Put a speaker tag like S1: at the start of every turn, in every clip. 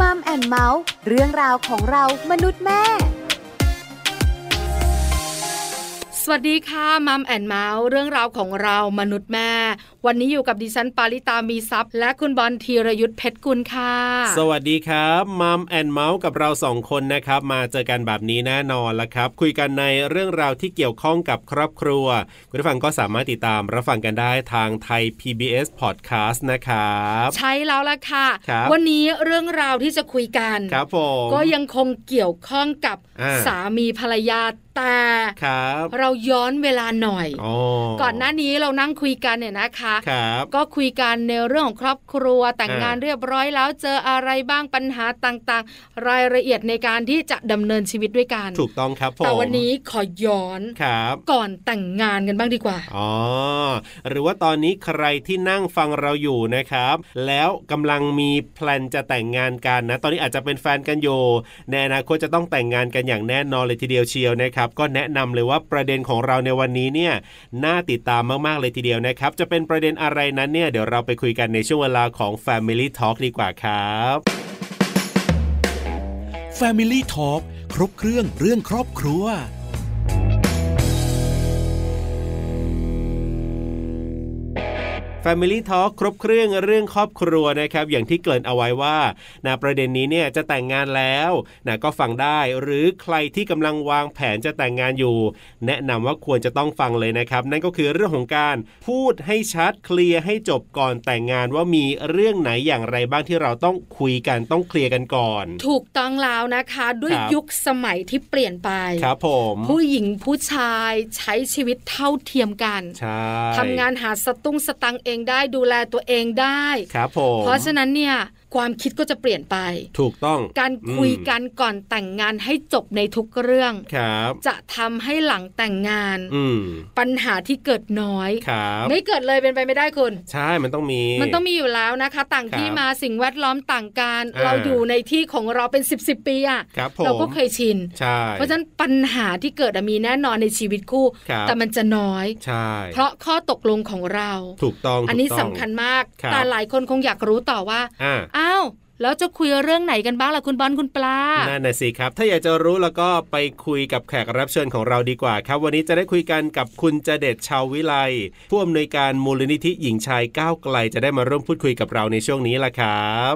S1: มัมแอนเมาส์เรื่องราวของเรามนุษย์แม่
S2: สวัสดีค่ะมัมแอนเมาส์เรื่องราวของเรามนุษย์แม่ วันนี้อยู่กับดิฉันปาริตามีซัพย์ และคุณบอลธีรยุทธเพชรกุลค่ะ
S3: สวัสดีครับมัมแอนเมาส์กับเราสองคนนะครับ มาเจอกันแบบนี้แน่นอนละครับ คุยกันในเรื่องราวที่เกี่ยวข้องกับครอบครัว คุณผู้ฟังก็สามารถติดตามรับฟังกันได้ทางไทย PBS Podcast นะครับ
S2: ใช่แล้วล่ะค่ะ
S3: ครับ
S2: วันนี้เรื่องราวที่จะคุยกัน
S3: ครับผม
S2: ก็ยังคงเกี่ยวข้องกับ
S3: อ่า
S2: สามีภรรยาแต่
S3: ครับ
S2: เราย้อนเวลาหน่อย
S3: อ๋อ
S2: ก่อนหน้านี้เรานั่งคุยกันเนี่ยนะคะ
S3: ครับ
S2: ก็คุยกันในเรื่องของครอบครัวแต่งงาน
S3: อ่า
S2: เรียบร้อยแล้วเจออะไรบ้างปัญหาต่างๆ รายละเอียดในการที่จะดำเนินชีวิตด้วยกัน
S3: ถูกต้องครับผม
S2: แต่วันนี้ขอย้อน
S3: ครับ
S2: ก่อนแต่งงานกันบ้างดีกว่า
S3: อ๋อ หรือว่าตอนนี้ใครที่นั่งฟังเราอยู่นะครับ แล้วกำลังมีแพลนจะแต่งงานกันนะ ตอนนี้อาจจะเป็นแฟนกันอยู่ในอนาคตจะต้องแต่งงานกันอย่างแน่นอนเลยทีเดียวเชียวนะครับ ก็แนะนำเลยว่าประเด็นของเราในวันนี้เนี่ยน่าติดตามมากๆเลยทีเดียวนะครับ จะเป็นประเด็นอะไรนั้นเนี่ยเดี๋ยวเราไปคุยกันในช่วงเวลาของ Family Talk ดีกว่าครับ
S4: Family Talk ครบเครื่องเรื่องครอบครัว
S3: Family Talk ครบเครื่องเรื่องครอบครัวนะครับอย่างที่เกริ่นเอาไว้ว่านะประเด็นนี้เนี่ยจะแต่งงานแล้วนะก็ฟังได้หรือใครที่กำลังวางแผนจะแต่งงานอยู่ แนะนำว่าควรจะต้องฟังเลยนะครับ นั่นก็คือเรื่องของการพูดให้ชัดเคลียร์ให้จบก่อนแต่งงานว่ามีเรื่องไหนอย่างไรบ้างที่เราต้องคุยกันต้องเคลียร์กันก่อน
S2: ถูกต้องแล้วนะคะ ด้วย
S3: ครับ
S2: ยุคสมัยที่เปลี่ยนไป
S3: ครับผม
S2: ผู้หญิงผู้ชายใช้ชีวิตเท่าเทียมกัน
S3: ใช่
S2: ทำงานหาสตุ้งสตังค์เองได้ดูแลตัวเองได้
S3: ครับผม
S2: เพราะฉะนั้นเนี่ยความคิดก็จะเปลี่ยนไป
S3: ถูกต้อง
S2: การคุยกันก่อนแต่งงานให้จบในทุกเรื่อง
S3: ครับ
S2: จะทำให้หลังแต่งงาน
S3: อืม
S2: ปัญหาที่เกิดน้อย
S3: ครับ
S2: ไม่เกิดเลยเป็นไปไม่ได้คุณ
S3: ใช่มันต้องมี
S2: มันต้องมีอยู่แล้วนะคะ ต่าง
S3: ครับ
S2: ที่มาสิ่งแวดล้อมต่างกัน
S3: อ่า
S2: เราอยู่ในที่ของเราเป็น 10บสปีอะ
S3: ครับผม
S2: เราก็เคยชิน
S3: ใช่
S2: เพราะฉะนั้นปัญหาที่เกิดอะมีแน่นอนในชีวิตคู่
S3: ครับ
S2: แต่มันจะน้อย
S3: ใช่
S2: เพราะข้อตกลงของเรา
S3: ถูกต้อง
S2: อันนี้
S3: ถูกต้
S2: สำ
S3: ง
S2: คัญมาก
S3: ครับ
S2: แต่หลายคนคงอยากรู้ต่อว่า
S3: อ่า
S2: อ้าว แล้วจะคุยเรื่องไหนกันบ้างล่ะคุณบอลคุณปลา
S3: นั่นน่ะสิครับ ถ้าอยากจะรู้แล้วก็ไปคุยกับแขกรับเชิญของเราดีกว่าครับ วันนี้จะได้คุยกันกับคุณจเดชชาววิไลผู้อำนวยการมูลนิธิหญิงชายก้าวไกลจะได้มาร่วมพูดคุยกับเราในช่วงนี้ล่ะครับ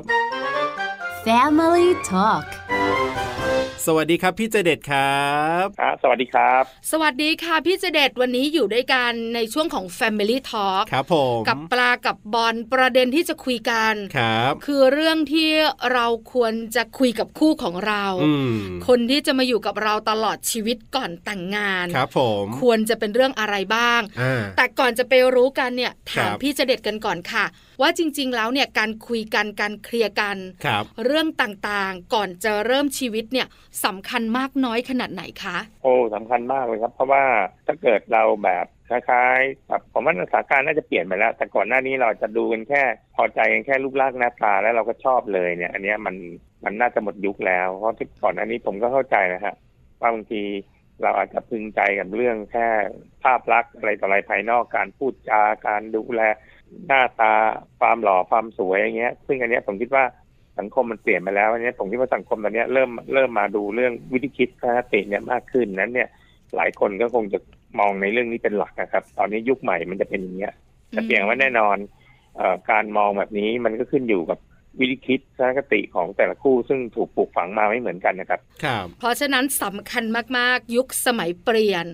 S1: Family Talk
S3: สวัสดีครับพี่จเดชครับ
S5: ครับสวัสดีครับ
S2: สวัสดีค่ะพี่เจเดตวันนี้อยู่ด้วยกันในช่วงของ Family Talk
S3: ครับผม
S2: กับปลากับบอลประเด็นที่จะคุยกัน
S3: ครับ
S2: คือเรื่องที่เราควรจะคุยกับคู่ของเรา
S3: อืม
S2: คนที่จะมาอยู่กับเราตลอดชีวิตก่อนแต่งงาน
S3: ครับผม
S2: ควรจะเป็นเรื่องอะไรบ้าง
S3: อ่า
S2: แต่ก่อนจะไปรู้กันเนี่ยถาม
S3: ครับ
S2: พี่เจเด็ดกันก่อนค่ะ ว่าจริง ๆ แล้วเนี่ยการคุยกันการเคลียร์กัน
S3: ครับ
S2: เรื่องต่างๆ ก่อนจะเริ่มชีวิตเนี่ยสำคัญมากน้อยขนาดไหนคะ
S5: โอ้สำคัญมากเลยครับ เพราะว่าถ้าเกิดเราแบบคล้ายๆแบบผมว่าสถานการณ์น่าจะเปลี่ยนไปแล้ว แต่ก่อนหน้านี้เราจะดูกันแค่ พอใจกันแค่รูปร่างหน้าตาแล้วเราก็ชอบเลยเนี่ย อันเนี้ยมันมันน่าจะหมดยุคแล้ว เพราะที่ก่อนหน้านี้ผมก็เข้าใจนะฮะว่าบางทีเราอาจจะพึงใจกับเรื่องแค่ภาพลักษณ์อะไรต่ออะไรภายนอกการพูดจาการดูแลหน้าตาความหล่อความสวยอย่างเงี้ย ซึ่งอันเนี้ยผมคิดว่า สังคมมันเปลี่ยนไปแล้วอันนี้ผมคิดว่าสังคมตอนเนี้ยเริ่มเริ่มมาดูเรื่องวิธีคิดทัศนคติเนี่ยมากขึ้นนั้นเนี่ยหลายคนก็คงจะมองในเรื่องนี้เป็นหลักนะครับ ตอนนี้ยุคใหม่มันจะเป็นอย่างเงี้ยแต่เพียงว่าแน่นอนเอ่อการมองแบบนี้มันก็ขึ้นอยู่กับวิธีคิดทัศนคติของแต่ละคู่ซึ่งถูกปลูกฝังมาไม่เหมือนกันนะครับ
S3: ครับ
S2: เพราะฉะนั้นสำคัญมากๆ ยุคสมัยเปลี่ยน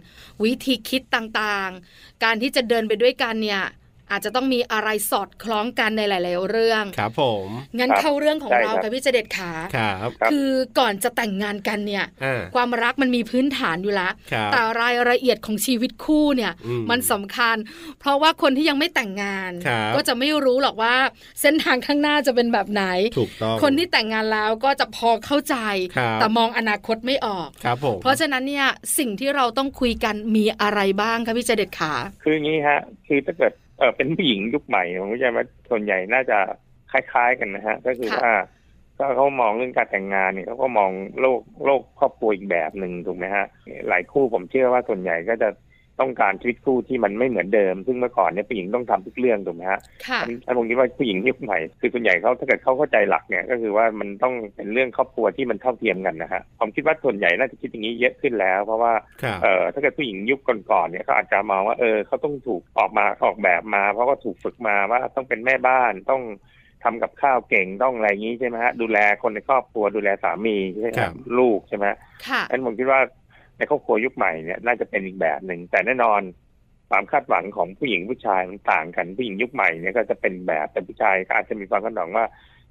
S2: วิธีคิดต่างๆ การที่จะเดินไปด้วยกันเนี่ย อาจจะต้องมีอะไรสอดคล้องกันในหลาย ๆ เรื่อง
S3: ครับผม
S2: งั้น
S5: ครับ
S2: เข้าเรื่องของ
S5: ใช่
S2: เรา
S5: ครับ
S2: ค่ะพี่เจเด็ดขา
S3: ครับ
S5: ครับ
S2: คือก่อนจะแต่งงานกันเนี่ย
S3: อ่า
S2: ความรักมันมีพื้นฐานอยู่แล้ว
S3: ครับ
S2: แต่รายละเอียดของชีวิตคู่เนี่ย
S3: อืม
S2: มันสำคัญ เพราะว่าคนที่ยังไม่แต่งงาน
S3: ครับ
S2: ก็จะไม่รู้หรอกว่าเส้นทางข้างหน้าจะเป็นแบบไหน
S3: ถูกต้อง
S2: คนที่แต่งงานแล้วก็จะพอเข้าใจ
S3: ครับ
S2: แต่มองอนาคตไม่ออก
S3: ครับผม
S2: เพราะฉะนั้นเนี่ยสิ่งที่เราต้องคุยกันมีอะไรบ้างคะพี่เจเด็ดขา
S5: คืออย่างนี้ฮะ คือถ้าเกิดเออเป็นผู้หญิงยุคใหม่ผมเข้าใจว่าส่วนใหญ่น่าจะคล้าย ๆ กันนะฮะ ก็คือว่าก็เขามองเรื่องการแต่งงานเนี่ยเขาก็มองโลกโลกครอบครัวอีกแบบหนึ่งถูกไหมฮะ หลายคู่ผมเชื่อว่าส่วนใหญ่ก็จะ ต้องการชีวิตคู่ที่มันไม่เหมือนเดิม ซึ่งเมื่อก่อนเนี่ยผู้หญิงต้องทำทุกเรื่องถูกไหมฮะ
S2: ค่ะ
S5: อันนี้อันผมคิดว่าผู้หญิงยุคใหม่คือส่วนใหญ่เขาถ้าเกิดเขาเข้าใจหลักเนี่ยก็คือว่ามันต้องเป็นเรื่องครอบครัวที่มันเท่าเทียมกันนะฮะผมคิดว่าส่วนใหญ่น่าจะคิดอย่างนี้เยอะขึ้นแล้ว เพราะว่า
S3: ครับ
S5: เออถ้าเกิดผู้หญิงยุคก่อนๆเนี่ยเขาอาจจะมองว่าเออเขาต้องถูกออกมาออกแบบมา เพราะว่าถูกฝึกมาว่าต้องเป็นแม่บ้านต้องทำกับข้าวเก่งต้องอะไรอย่างนี้ใช่ไหมฮะดูแลคนในครอบครัวดูแลสามีใช่ไหม
S3: ค
S5: ค
S3: รั
S5: รับ บลูกใช่ไหมฮะ
S2: ค่ะ
S5: ฉะนั้นผมคิดว่าในครอบครัวยุคใหม่เนี่ยน่าจะเป็นอีกแบบหนึ่ง แต่แน่นอนความคาดหวังของผู้หญิงผู้ชายมันต่างกันผู้หญิงยุคใหม่เนี่ยก็จะเป็นแบบแต่ผู้ชายก็อาจจะมีความคาดหวังว่า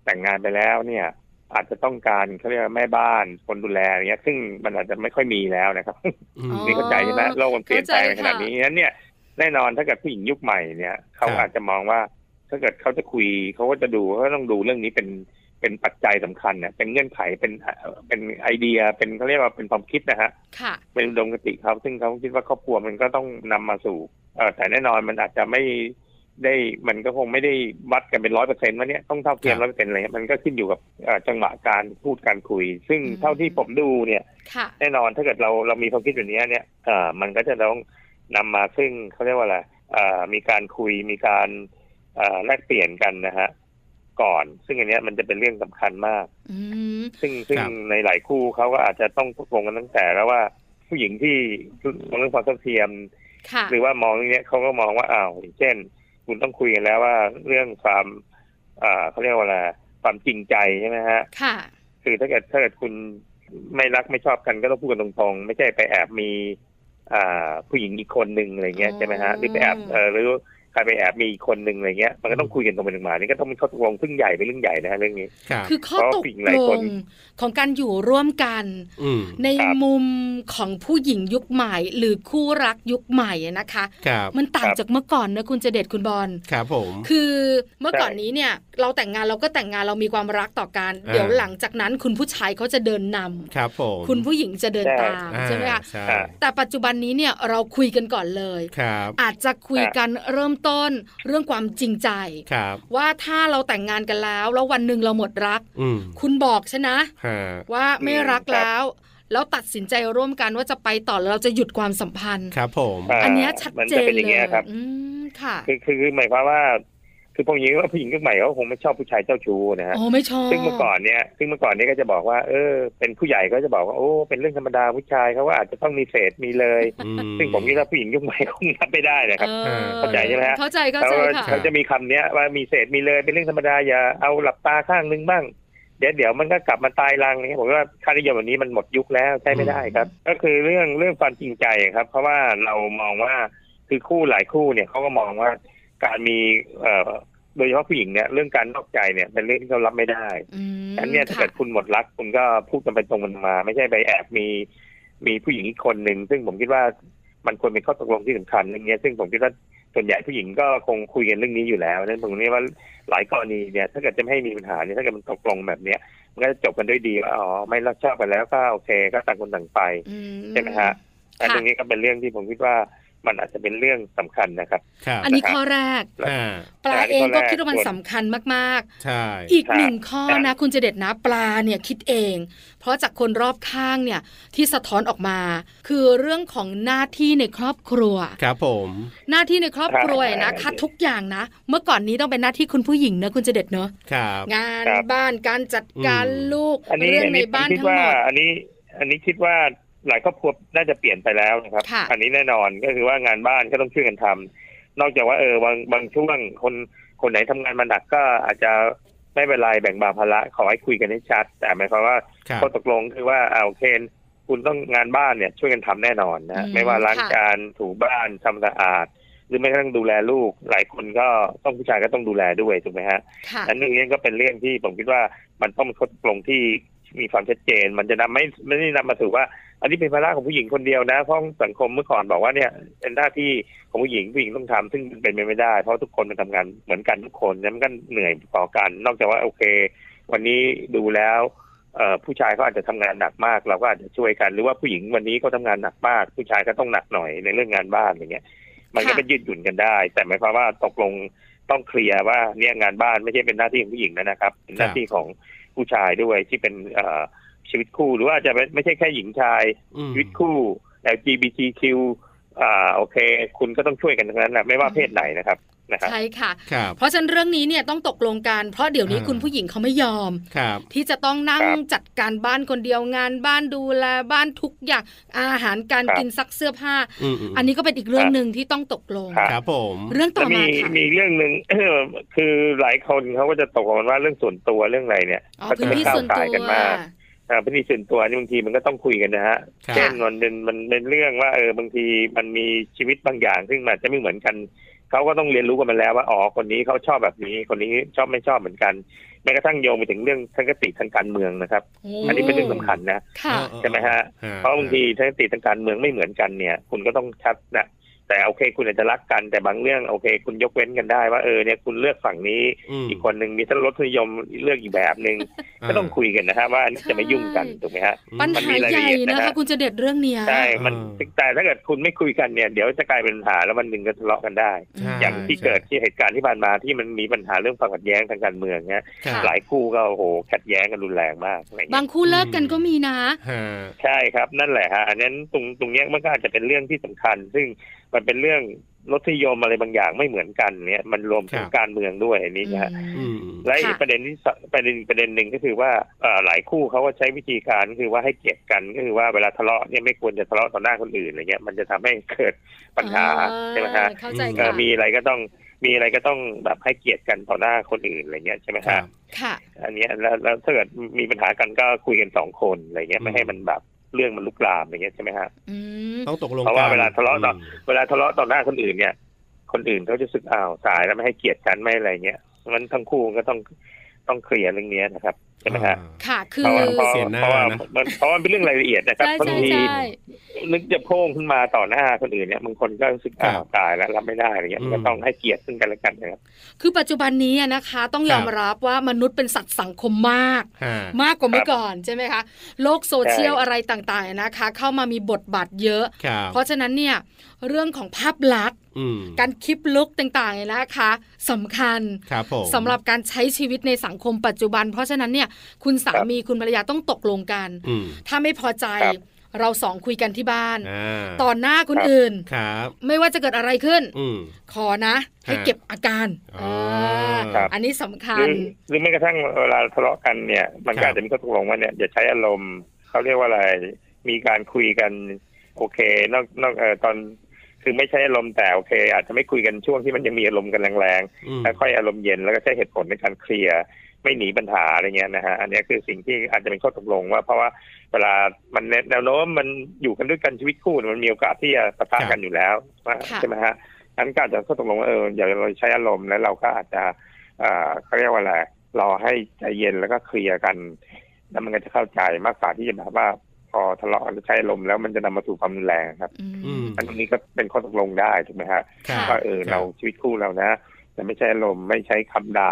S5: แต่งงานไปแล้วเนี่ย อาจจะต้องการเขาเรียกว่าแม่บ้านคนดูแลอะไรเงี้ย ซึ่งมันอาจจะไม่ค่อยมีแล้วนะครับ
S3: อืม
S2: อ๋อ
S5: นี่เข้าใจใช่ไหมโลกมันเปลี่ยนแปลง
S2: เข้าใจ
S5: ขนาดนี้นั้นเนี่ยแน่นอนถ้าเกิดผู้หญิงยุคใหม่เนี่ยเขา
S3: ครับ
S5: อาจจะมองว่า ถ้าเกิดเขาจะคุยเขาก็จะดูเขาก็ต้องดูเรื่องนี้เป็นเป็นปัจจัยสำคัญเนี่ยเป็นเงื่อนไขเป็นเป็นไอเดียเป็นเขาเรียกว่าเป็นความคิดนะฮะ
S2: ค่ะ
S5: เป็นอุดมคติเขาซึ่งเขาคิดว่าครอบครัวมันก็ต้องนำมาสู่เอ่อแต่แน่นอนมันอาจจะไม่ได้มันก็คงไม่ได้วัดกันเป็นร้อยเปอร์เซ็นต์ว่าเนี่ยต้องเท่าเทียมร้อยเปอร์เซ็นต์อะไรเงี้ยมันก็ขึ้นอยู่กับเอ่อจังหวะการพูดการคุย ซึ่ง
S2: อืม
S5: เท่าที่ผมดูเนี่ย
S2: ค่ะ
S5: แน่นอนถ้าเกิดเราเรามีความคิดอย่างนี้ยเนี่ยเอ่อมันก็จะต้องนำมาซึ่งเขาเรียกว่าอะไรเอ่อมีการคุยมีการเอ่อแลกเปลี่ยนกันนะฮะก่อน ซึ่งอันเนี้ยมันจะเป็นเรื่องสำคัญมาก
S2: อืม
S5: ซึ่งซึ่ง
S3: ครับ
S5: ในหลายคู่เขาก็อาจจะต้องตกลงกันตั้งแต่แล้วว่าผู้หญิงที่มองเรื่องความเท่าเทียม
S2: ค่ะ
S5: หรือว่ามองเรื่องเนี้ยเขาก็มองว่าอ้าวอย่างเช่น คุณต้องคุยกันแล้วว่าเรื่องความเอ่อเขาเรียกว่าอะไรความจริงใจใช่ไหมฮะ
S2: ค่ะ
S5: คือถ้าเกิดถ้าเกิดคุณไม่รักไม่ชอบกันก็ต้องพูดกันตรงๆ ไม่ใช่ไปแอบมีอ่าผู้หญิงอีกคนหนึ่งอะไรเงี้ย
S2: อ๋อ
S5: ใช่ไหมฮะหรือไปแอบเออหรือใครไปแอบมีอีกคนหนึ่งอะไรเงี้ยมันก็ต้องคุยกันตรงไปตรงมานี่ก็ต้องมีข้อตกลงซึ่งใหญ่เป็นเรื่องใหญ่นะฮะเรื่องนี้
S3: ครับ
S2: คือข้อตก
S5: เพราะผู้หญิงหลาย
S2: ล
S5: คน
S2: งของการอยู่ร่วมกัน
S3: อืม
S2: ใน
S5: ครับ
S2: มุมของผู้หญิงยุคใหม่ หรือคู่รักยุคใหม่อะนะคะ
S3: ครับ
S2: มันต่าง
S5: ครับ
S2: จากเมื่อก่อนนะคุณเจเดชคุณบอล
S3: ครับผม
S2: คือเมื่อ
S5: ใช่
S2: ก่อนนี้เนี่ยเราแต่งงานเราก็แต่งงานเรามีความรักต่อกัน
S3: อ่า
S2: เดี๋ยวหลังจากนั้นคุณผู้ชายเขาจะเดินนำ
S3: ครับผม
S2: คุณผู้หญิงจะเดินตาม
S3: อ่า
S2: ใช่ไหมคะ
S3: ใช่
S5: อ่า
S2: แต่ปัจจุบันนี้เนี่ยเราคุยกันก่อนเลย
S3: ครับ
S2: อาจจะคุยกันเริ่มต้นเรื่องความจริงใจ
S3: ครับ
S2: ว่าถ้าเราแต่งงานกันแล้ว แล้ววันหนึ่งเราหมดรัก
S3: อืม
S2: คุณบอกฉันนะ
S3: ฮะ
S2: ว่าไม่รัก
S5: ครับ
S2: แล้ว แล้วตัดสินใจร่วมกันว่าจะไปต่อแล้วเราจะหยุดความสัมพันธ์
S3: ครับผม
S5: อ่า
S2: อันเนี้ยชัด
S5: มัน
S2: เจ
S5: จะ
S2: น
S5: เป็นอย่าง
S2: เล
S5: เงี้
S2: ย
S5: ยครับ
S2: อืมค่ะ
S5: คือคือคือหมายความว่า คือผมยิงว่าผู้หญิงยุคใหม่เขาคงไม่ชอบผู้ชายเจ้าชู้นะฮะ
S2: โอ้ไม่ชอบ
S5: ซึ่งเมื่อก่อนเนี่ย ซึ่งเมื่อก่อนเนี่ยก็จะบอกว่า เออ เป็นผู้ใหญ่ก็จะบอกว่า โอ้ เป็นเรื่องธรรมดาผู้ชายเขาว่าอาจจะต้องมีเศษมีเลย
S3: อืม
S5: ซึ่งผมคิดว่าผู้หญิงยุคใหม่คงรับไม่ได้นะครับ
S2: ออ
S5: เข้าใจใช่ไหมฮะ
S2: เข้าใจเข้า
S5: เขา
S2: ใจ
S5: ก็
S2: ค่ะ
S5: เขาจะมีคำเนี้ยว่ามีเศษมีเลยเป็นเรื่องธรรมดาอย่าเอาหลับตาข้างนึงบ้าง เดี๋ยวเดี๋ยวมันก็กลับมาตายรังนี่ผมว่าค่านิยมแบบนี้มันหมดยุคแล้วใช้ไม่ได้ครับ ก็คือเรื่องเรื่องความจริงใจครับ เพราะว่าเรามองว่าคือคู่หลายคู่เนี่ยเขาก็มองว่าการมีเอ่อโดยเฉพาะผู้หญิงเนี่ยเรื่องการนอกใจเนี่ยเป็นเรื่องที่เขารับไม่ได้
S2: อืม
S5: อันเนี้ยถ้าเกิดคุณหมดรักคุณก็พูดกันไปตรงกันมา ไม่ใช่ไปแอบมีมีผู้หญิงอีกคนหนึ่งซึ่งผมคิดว่ามันควรเป็นข้อตกลงที่สำคัญอย่างเงี้ยซึ่งผมคิดว่าส่วนใหญ่ผู้หญิงก็คงคุยกันเรื่องนี้อยู่แล้วดังนั้นผมเรียกว่าหลายกรณีเนี่ยถ้าเกิดจะไม่ให้มีปัญหาเนี่ยถ้าเกิดมันตกลงแบบเนี้ยมันก็จะจบกันด้วยดีว่าอ๋อไม่รักชอบกันแล้วก็โอเค ก็ต่างคนต่างไป
S2: อื
S5: ใช่ไหมฮะ แต่ตรงนี้ก็เป็นเรื่องที่ผมคิดว่ามันอาจจะเป็นเรื่องสำคัญนะครับ
S3: ครับ
S2: อันนี้ข้อแรก
S3: อ่า
S2: ปลาเองก็
S5: ข้อแรก
S2: คิดว่ามันสำคัญมาก
S3: ใช่
S2: ๆ อีกหนึ่งข้อ
S5: ครับ
S2: นะ คุณเจเด็ดนะปลาเนี่ยคิดเอง เพราะจากคนรอบข้างเนี่ยที่สะท้อนออกมา คือเรื่องของหน้าที่ในครอบครัว
S3: ครับผม
S2: หน้าที่ในครอบครัวนะคะทุกอย่างนะ เมื่อก่อนนี้ต้องเป็นหน้าที่คุณผู้หญิงนะคุณเจเด็ดเนอะ
S3: ครับ
S2: งาน
S5: ครับ
S2: บ้านการจัดการ
S3: อืม
S2: ลูก
S5: อันนี้
S2: เรื่อง
S5: อัน
S2: ใน
S5: นี้ผม
S2: บ้าน
S5: คิด
S2: ทั้งห
S5: ว่าม
S2: ด
S5: อันนี้อันนี้คิดว่าหลายครอบครัวน่าจะเปลี่ยนไปแล้วนะครับ
S2: ค่ะ
S5: อันนี้แน่นอนก็คือว่างานบ้านก็ต้องช่วยกันทำนอกจากว่าเออบางบางช่วงคนคนไหนทำงานมาหนักก็อาจจะไม่เป็นไรแบ่งเบาภาระขอให้คุยกันให้ชัด แต่หมายความว่า
S3: ครับ
S5: ข้อตกลงคือว่าเอาโอเคคุณต้องงานบ้านเนี่ยช่วยกันทำแน่นอนนะฮะ
S2: อืม
S5: ไม่ว่าล้าง
S2: ค่ะ
S5: จานถูบ้านทำสะอาด หรือแม้กระทั่งดูแลลูก หลายคนก็ต้องผู้ชายก็ต้องดูแลด้วยถูกไหมฮะ
S2: ค่ะ
S5: อันนี้ก็เป็นเรื่องที่ผมคิดว่ามันต้องเป็นข้อตกลงที่มีความชัดเจน มันจะนำไม่ไม่ได้นำมาสู่ว่า อันนี้เป็นภาระของผู้หญิงคนเดียวนะเพราะสังคมเมื่อก่อนบอกว่าเนี่ยเป็นหน้าที่ของผู้หญิงผู้หญิงต้องทำซึ่งเป็นไปไม่ได้ เพราะทุกคนมันทำงานเหมือนกันทุกคนแล้วมันก็เหนื่อยต่อกัน นอกจากว่าโอเค วันนี้ดูแล้วเอ่อผู้ชายเขาอาจจะทำงานหนักมาก เราก็อาจจะช่วยกันหรือว่าผู้หญิงวันนี้เขาทำงานหนักมาก ผู้ชายก็ต้องหนักหน่อยในเรื่องงานบ้านอย่างเงี้ย มันก็
S2: ค่ะ
S5: เป็นยืดหยุ่นกันได้ แต่หมายความว่าตกลง ต้องเคลียร์ว่าเนี่ยงานบ้านไม่ใช่เป็นหน้าที่ของผู้หญิงแล้วนะครับเป็นหน้าที่ของผู้ชายด้วยที่เป็นเอ่อชีวิตคู่ หรือว่าอาจจะไม่ไม่ใช่แค่หญิงชาย
S3: อืม
S5: ชีวิตคู่ LGBTQ อ่าโอเค คุณก็ต้องช่วยกันทั้งนั้นแหละไม่ว่าเพศไหนนะครับนะครับ
S2: ใช่ค่ะ
S3: ครับ
S2: เพราะฉะนั้นเรื่องนี้เนี่ยต้องตกลงกัน เพราะเดี๋ยวนี้
S3: อ่า
S2: คุณผู้หญิงเขาไม่ยอม
S3: ครับ
S2: ที่จะต้องนั่ง
S5: ครับ
S2: จัดการบ้านคนเดียวงานบ้านดูแลบ้านทุกอย่างอาหารการ
S5: ครับ
S2: กินซักเสื้อผ้า
S3: อืมๆ
S2: อันนี้ก็เป็นอีกเรื่องหนึ่งที่ต้องตกลง
S5: ครับ
S3: ครับผม
S2: เรื่องต่อ
S5: แล้ว
S2: มา
S5: มี
S2: ค่ะ
S5: มีเรื่องหนึ่ง คือหลายคนเขาก็จะตกลงกันว่าเรื่องส่วนตัวเรื่องอะไรเนี่ย
S2: อ๋อ
S5: ก็
S2: พื้
S5: จะ
S2: น
S5: ไม่
S2: ที่
S5: ก้าว
S2: ส่วน
S5: ก่า
S2: ตั
S5: ยว กันมากอ่าพื้นที่ส่วนตัวนี่บางทีมันก็ต้องคุยกันนะฮะ
S3: ครับ
S5: เช่นมันเป็นมันเป็นเรื่องว่าเออบางทีมันมีชีวิตบางอย่าง ซึ่งมันอาจจะไม่เหมือนกันเขาก็ต้องเรียนรู้กันมาแล้วว่าอ๋อคนนี้เขาชอบแบบนี้ คนนี้ชอบไม่ชอบเหมือนกันแม้กระทั่งโยงไปถึงเรื่องทัศนคติทางการเมืองนะครับ
S2: โ
S5: อันนี้เป็นเรื่องสำคัญนะ
S2: ค่ะ
S3: เออๆ
S5: ใช่ไหมฮะ เพราะบางทีทัศนคติทางการเมืองไม่เหมือนกันเนี่ย คุณก็ต้องชัดนะแต่โอเคคุณอาจจะรักกันแต่บางเรื่องโอเค คุณยกเว้นกันได้ว่าเออเนี่ยคุณเลือกฝั่งนี้
S3: ม
S5: อีกคนหนึ่งมีทั้งรสนิยมเลือกอีกแบบหนึ่ง
S3: อ่า
S5: ก็ต้องคุยกันนะฮะว่าอันนี้
S2: ใช่
S5: จะไม่ยุ่งกันถูกไหมฮะ
S2: ปัญ
S5: มัน
S2: หา
S5: มีราย
S2: ให
S5: ละ
S2: ญ่
S5: เอียด
S2: นะ
S5: นะคะ ฮะ
S2: คุณจะเด็ดเรื่องเนี้ย
S5: ใช่มัน
S3: อ่า
S5: แต่ถ้าเกิดคุณไม่คุยกันเนี่ยเดี๋ยวจะกลายเป็นปัญหาแล้ววันหนึ่งก็ทะเลาะกันได้
S3: ใช่
S5: อย่างที่เกิดที่เหตุการณ์ที่ผ่านมาที่มันมีปัญหาเรื่องความขัดแย้งทางการเมืองเนี่ย
S3: ครับ
S5: หลายคู่ก็โอ้โหขัดแย้งกันรุนแรงมากอะไรเงี้ย
S2: บางคู่เลิกกันก็มีนะ
S3: ฮะ
S5: ใช่ครับนั่นแหละฮะอันนั้นตรงตรงเนี้ยมันก็อาจจะเป็นเรื่องที่สำคัญ ซึ่งมันเป็นเรื่องรสนิยมอะไรบางอย่างไม่เหมือนกันเนี่ยมันรวมถึง
S3: ครับ
S5: การเมืองด้วยอันนี้นะฮะ
S3: อืม
S5: และอีก
S2: ค่ะ
S5: ประเด็นที่สประเด็นประเด็นหนึ่งก็คือว่าเอ่อหลายคู่เขาก็ใช้วิธีการคือว่าให้เกียรติกันก็คือว่าเวลาทะเลาะเนี่ยไม่ควรจะทะเลาะต่อหน้าคนอื่นอะไรเงี้ยมันจะทำให้เกิดปัญหา
S2: อ่
S5: ใช่ไหมฮะ
S2: เข้าใจ
S5: เอ
S2: ค่ะ
S5: อมีอะไรก็ต้องมีอะไรก็ต้องแบบให้เกียรติกันต่อหน้าคนอื่นอะไรเงี้ยใช่ไหม
S3: ครั
S5: ฮะ
S3: บ
S2: ค่ะ
S5: อันเนี้ยแล้วแล้วถ้าเกิดมีปัญหากันก็คุยกันสองคนอะไรเงี้ย
S3: อืม
S5: ไม่ให้มันแบบเรื่องมันลุกลามอะไรเงี้ยใช่ไหมฮะ
S2: อืม
S3: ต้องตกลง
S5: เพราะว่า
S3: กัน
S5: เวลาทะเลาะเนอะ
S3: อืม
S5: เวลาทะเลาะต่อหน้าคนอื่นเนี่ย คนอื่นเขาจะรู้สึกอ้าวตายแล้วไม่ให้เกียรติกันไม่อะไรเงี้ยงั้นทั้งคู่ก็ต้องต้องเคลียร์เรื่องเนี้ยนะครับใช่ไหมฮะ
S2: ค่ะ คือ
S5: เพราะว่าเพราะ
S3: เสียหน้า
S5: เพราะว่า
S3: นะ
S5: มันเพราะว่ามันเป็นเรื่องรายละเอียดนะครับ
S2: ใช่
S5: บาง
S2: ใช่
S5: ที
S2: ใช่
S5: นึกจะโพ่งขึ้นมาต่อหน้าคนอื่นเนี่ยบางคนก็รู้สึกอ้าวตายแล้วรับไม่ได้อะไรเงี้ยมันก็ต้องให้เกียรติซึ่งกันและกันนะครับ
S2: คือปัจจุบันนี้อะนะคะ ต้องยอม
S3: ครับ
S2: รับว่ามนุษย์เป็นสัตว์สังคมมาก
S3: ฮะ
S2: มากกว่าเมื่อก่อนใช่ไหมคะ โลกโซเชียล
S5: ใช่
S2: อะไรต่างๆนะคะ เข้ามามีบทบาทเยอะ
S3: ครับ
S2: เพราะฉะนั้นเนี่ยเรื่องของภาพลักษณ์
S3: อืม
S2: การคลิปลุกต่างๆเนี่ยนะคะสำคัญ
S3: ครับผม
S2: สำหรับการใช้ชีวิตในสังคมปัจจุบัน เพราะฉะนั้นเนี่ยคุณสามีคุณภรรยาต้องตกลงกัน
S3: อืม
S2: ถ้าไม่พอใจ
S5: ครับ
S2: เราสองคุยกันที่บ้าน
S3: อ่า
S2: ต่อหน้าคนอื่น
S3: ครับ
S2: ไม่ว่าจะเกิดอะไรขึ้น
S3: อืม
S2: ขอนะ ให้
S3: ฮะ
S2: เก็บอาการ
S3: อ๋อ
S2: อ่า
S3: ครับ
S2: อันนี้สำคั
S5: หรื
S2: ญ
S5: อหรือแม้กระทั่งเวลาทะเลาะกันเนี่ย มัน
S3: ค
S5: ก็
S3: รับ
S5: อาจจะมีข้อตกลงว่าเนี่ยอย่าใช้อารมณ์เขาเรียกว่าอะไร มีการคุยกันโอเค นอกนอกเออตอนคือไม่ใช่อารมณ์แต่โอเค อาจจะไม่คุยกันช่วงที่มันยังมีอารมณ์กันแรง
S3: อืม
S5: ๆแล้วค่อยอารมณ์เย็นแล้วก็ใช้เหตุผลในการเคลียร์ไม่หนีปัญหาอะไรเงี้ยนะฮะอันเนี้ยคือสิ่งที่อาจจะเป็นข้อตกลงว่าเพราะว่าเวลามันแนวโน้มมันอยู่กันด้วยกันชีวิตคู่เนี่ยมันมีโอกาสที่จะปะทะกันอยู่แล้วว่า
S2: ค่ะ
S5: ใช่ไหมฮะอันนก็อาจจะข้อตกลงว่าเอออย่าเราใช้อารมณ์แล้วเราก็อาจจะ เอ่อเขาเรียกว่าอะไรรอให้ใจเย็นแล้วก็เคลียร์กัน แล้วมันก็จะเข้าใจมากกว่าที่จะแบบว่า พอทะเลาะแล้วใช้ลมแล้วมันจะนำมาสู่ความรุนแรงครับ
S2: อืม
S3: อืม
S5: อันนี้ก็เป็นข้อตกลงได้ถูกไหมฮะ
S3: ครับ
S5: ว่าเออ
S3: ครับ
S5: เราชีวิตคู่เรานะแต่ไม่ใช่ลมณ์ไม่ใช้คำด่า